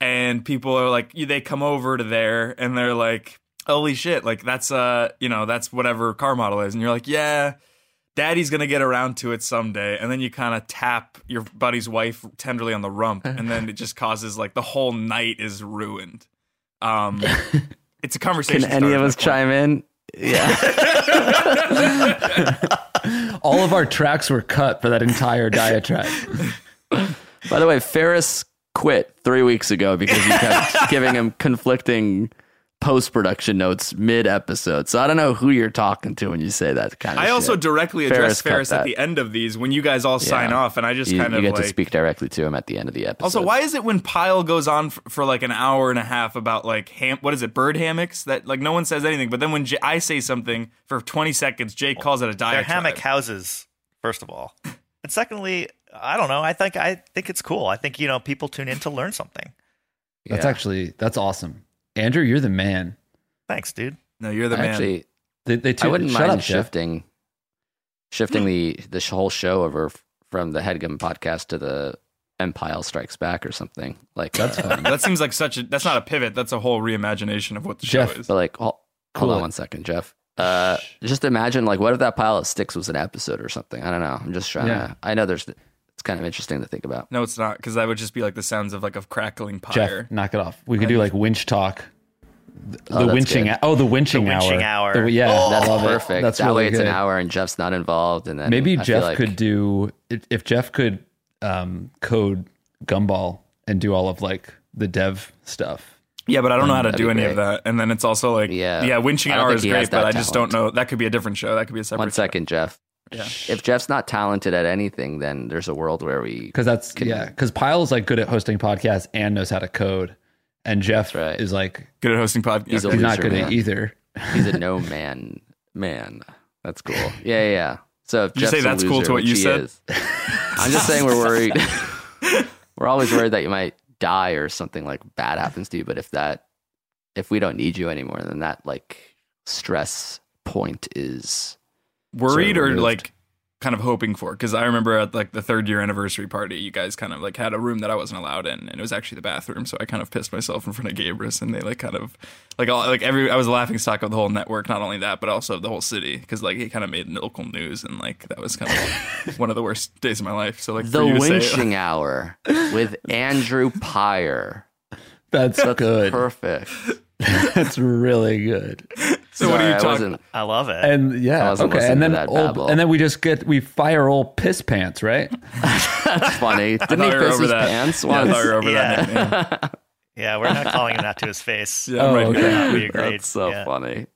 S2: and people are like they come over to there and they're like, "Holy shit! Like that's uh you know that's whatever car model is," and you're like, "Yeah." daddy's gonna get around to it someday and then you kind of tap your buddy's wife tenderly on the rump and then it just causes like the whole night is ruined um it's a conversation
S3: Can any
S2: starter
S3: of
S2: at
S3: us
S2: that point.
S3: chime in?
S4: All of our tracks were cut for that entire diatribe.
S3: By the way, Ferris quit three weeks ago because you kept giving him conflicting post production notes mid episode. So I don't know who you're talking to when you say that kind of
S2: I also
S3: shit.
S2: directly
S3: Ferris
S2: address
S3: cut
S2: Ferris,
S3: that.
S2: at the end of these when you guys all sign
S3: Yeah.
S2: off, and I just
S3: you,
S2: kind
S3: you
S2: of
S3: get
S2: like.
S3: to speak directly to him at the end of the episode.
S2: Also, why is it when Pyle goes on for, for like an hour and a half about like ham, what is it, bird hammocks? That like no one says anything, but then when J- I say something for 20 seconds, Jake calls it a
S5: They're
S2: diatribe.
S5: hammock houses, first of all, and secondly, I don't know. I think I think it's cool. I think you know people tune in to learn something.
S4: That's
S3: Yeah.
S4: actually that's awesome. Andrew, you're the man.
S5: Thanks, dude.
S2: No, you're the man.
S3: actually?
S4: They, they
S3: I
S4: tuned-
S3: wouldn't
S4: shut
S3: mind
S4: up, Jeff.
S3: shifting, shifting the the sh- whole show over f- from the Headgum podcast to the Empire Strikes Back or something like
S4: That's
S3: uh,
S4: fine.
S2: that seems like such a. That's not a pivot. That's a whole reimagination of what the
S4: Jeff,
S2: show is.
S3: But like, hol- hold
S4: Cool
S3: on
S4: it.
S3: one second, Jeff. Uh, just imagine like, what if that pile of sticks was an episode or something? I don't know. I'm just trying
S4: Yeah.
S3: to. I know there's. It's kind of interesting to think about.
S2: No, it's not, because that would just be like the sounds of like a crackling pyre.
S4: Jeff, knock it off. We could do like winch talk. The,
S3: Oh,
S4: the
S3: that's
S4: winching.
S3: good.
S4: hou- Oh, the winching,
S5: winching
S4: hour.
S5: hour.
S4: The- yeah,
S3: That's
S4: Oh, I love
S3: perfect.
S4: It. That's
S3: that
S4: really
S3: way, it's
S4: good.
S3: an hour and Jeff's not involved, and then Oh!
S4: Maybe
S3: I feel
S4: Jeff
S3: like-
S4: could do if, if Jeff could um, code Gumball and do all of like the dev stuff.
S2: Yeah, but I don't know how to
S3: That'd
S2: do
S3: be
S2: any of
S3: great.
S2: that. And then it's also like,
S3: Yeah.
S2: yeah,
S3: I
S2: winching
S3: don't
S2: hour
S3: think
S2: is
S3: he has
S2: great, but
S3: that
S2: I just
S3: talent.
S2: don't know. That could be a different show. That could be a separate.
S3: One second, Jeff. If Jeff's not talented at anything, then there's a world where we.
S4: Because that's yeah. Because Pyle's like good at hosting podcasts and knows how to code, and Jeff
S3: right.
S4: is like
S2: Show. Good at hosting podcast.
S3: He's a
S4: he's not
S3: loser,
S4: good
S3: man.
S4: at either.
S3: He's a no man. Man, that's cool. Yeah, yeah. yeah. So if
S2: Did you
S3: Jeff's
S2: say
S3: a
S2: that's cool
S3: loser,
S2: to what you
S3: which he
S2: said?
S3: is, I'm just saying we're worried. we're always worried that you might die or something like bad happens to you. But if that, if we don't need you anymore, then that like stress point is
S2: Worried
S3: Sorry,
S2: or
S3: removed.
S2: like kind of hoping for? Because I remember at like the third year anniversary party, you guys kind of like had a room that I wasn't allowed in, and it was actually the bathroom. So I kind of pissed myself in front of Gabrus, and they like kind of like all like every I was the laughing stock of the whole network. Not only that, but also the whole city, because like he kind of made local news, and like that was kind of one of the worst days of my life. So like
S3: the
S2: for you to say,
S3: winching hour with Andrew Pyre.
S4: That's
S3: That's
S4: good.
S3: perfect.
S4: That's really good.
S2: so
S3: Sorry,
S2: what are
S3: I
S2: you talking?
S3: wasn't-
S5: I love it.
S4: And
S3: I
S4: yeah,
S3: wasn't
S4: okay.
S3: listening
S4: And
S3: to
S4: then
S3: that
S4: old,
S3: babble.
S4: and then we just get we fire old piss pants, right?
S3: That's funny. Didn't he
S2: thought you were
S3: piss
S2: over
S3: his
S2: that.
S3: pants
S2: Yeah, I
S3: once?
S2: thought you were over
S5: Yeah.
S2: that. nickname.
S5: Yeah, we're not calling him that to his face.
S2: Yeah, I'm
S4: Oh,
S2: right
S4: okay.
S2: here.
S5: Yeah, we agreed.
S3: That's so
S5: Yeah.
S3: funny.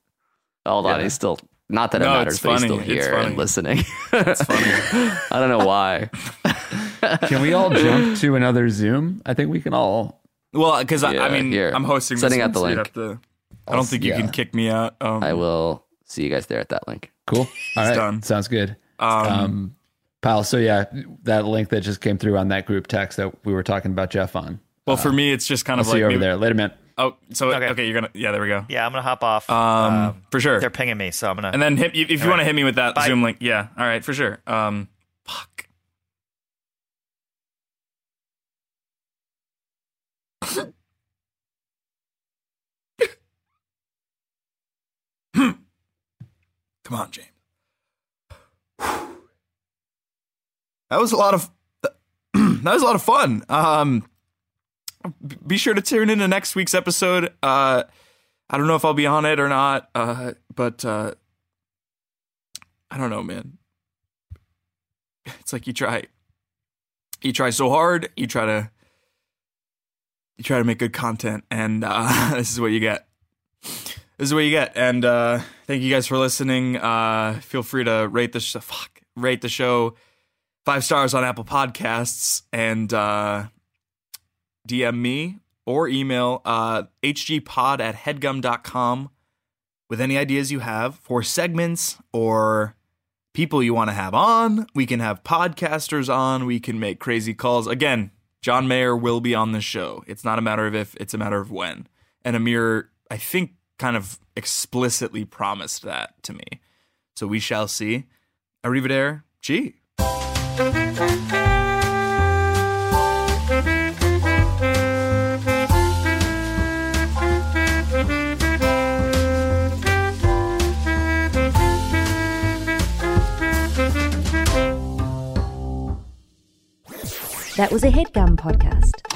S3: Hold on, he's still not that it
S2: No,
S3: matters,
S2: it's
S3: but he's still
S2: funny. It's
S3: here and
S2: funny.
S3: listening. It's funny. I don't know why.
S4: Can we all jump to another Zoom? I think we can all.
S2: Well, because I,
S3: Yeah,
S2: I mean,
S3: here.
S2: I'm hosting.
S3: Sending
S2: this
S3: out the
S2: one, so you'd
S3: link.
S2: have to- I don't think you
S4: yeah.
S2: can kick me out. Um,
S3: I will see you guys there at that link.
S4: Cool. All right.
S2: done.
S4: Sounds good.
S2: Um,
S4: Um, Pal, so yeah, that link that just came through on that group text that we were talking about Jeff on.
S2: well,
S3: uh,
S2: for me, it's just kind
S4: I'll
S2: of
S4: see
S2: like
S4: you over
S2: maybe-
S4: there. Later, man.
S2: Oh, so
S5: Okay.
S2: okay. you're gonna. Yeah, there we go.
S5: Yeah, I'm gonna hop off.
S2: Um, for sure.
S5: they're pinging me, so I'm gonna.
S2: And then hit, if you
S5: All
S2: want
S5: right.
S2: to hit me with that
S5: Bye.
S2: Zoom link, yeah, all right, for sure. Um, fuck. Come on, James. That was a lot of that was a lot of fun. Um, b- be sure to tune into next week's episode. Uh, I don't know if I'll be on it or not, uh, but uh, I don't know, man. It's like you try, you try so hard, you try to, you try to make good content, and uh, this is what you get. This is what you get, and uh, thank you guys for listening. Uh, feel free to rate the sh- fuck, rate the show five stars on Apple Podcasts, and uh, DM me or email uh, hgpod at headgum.com with any ideas you have for segments or people you want to have on. We can have podcasters on. We can make crazy calls. Again, John Mayer will be on the show. It's not a matter of if, it's a matter of when. And Amir, I think, kind of explicitly promised that to me. So we shall see. Arrivederci. Gee.
S7: That was a headgum podcast.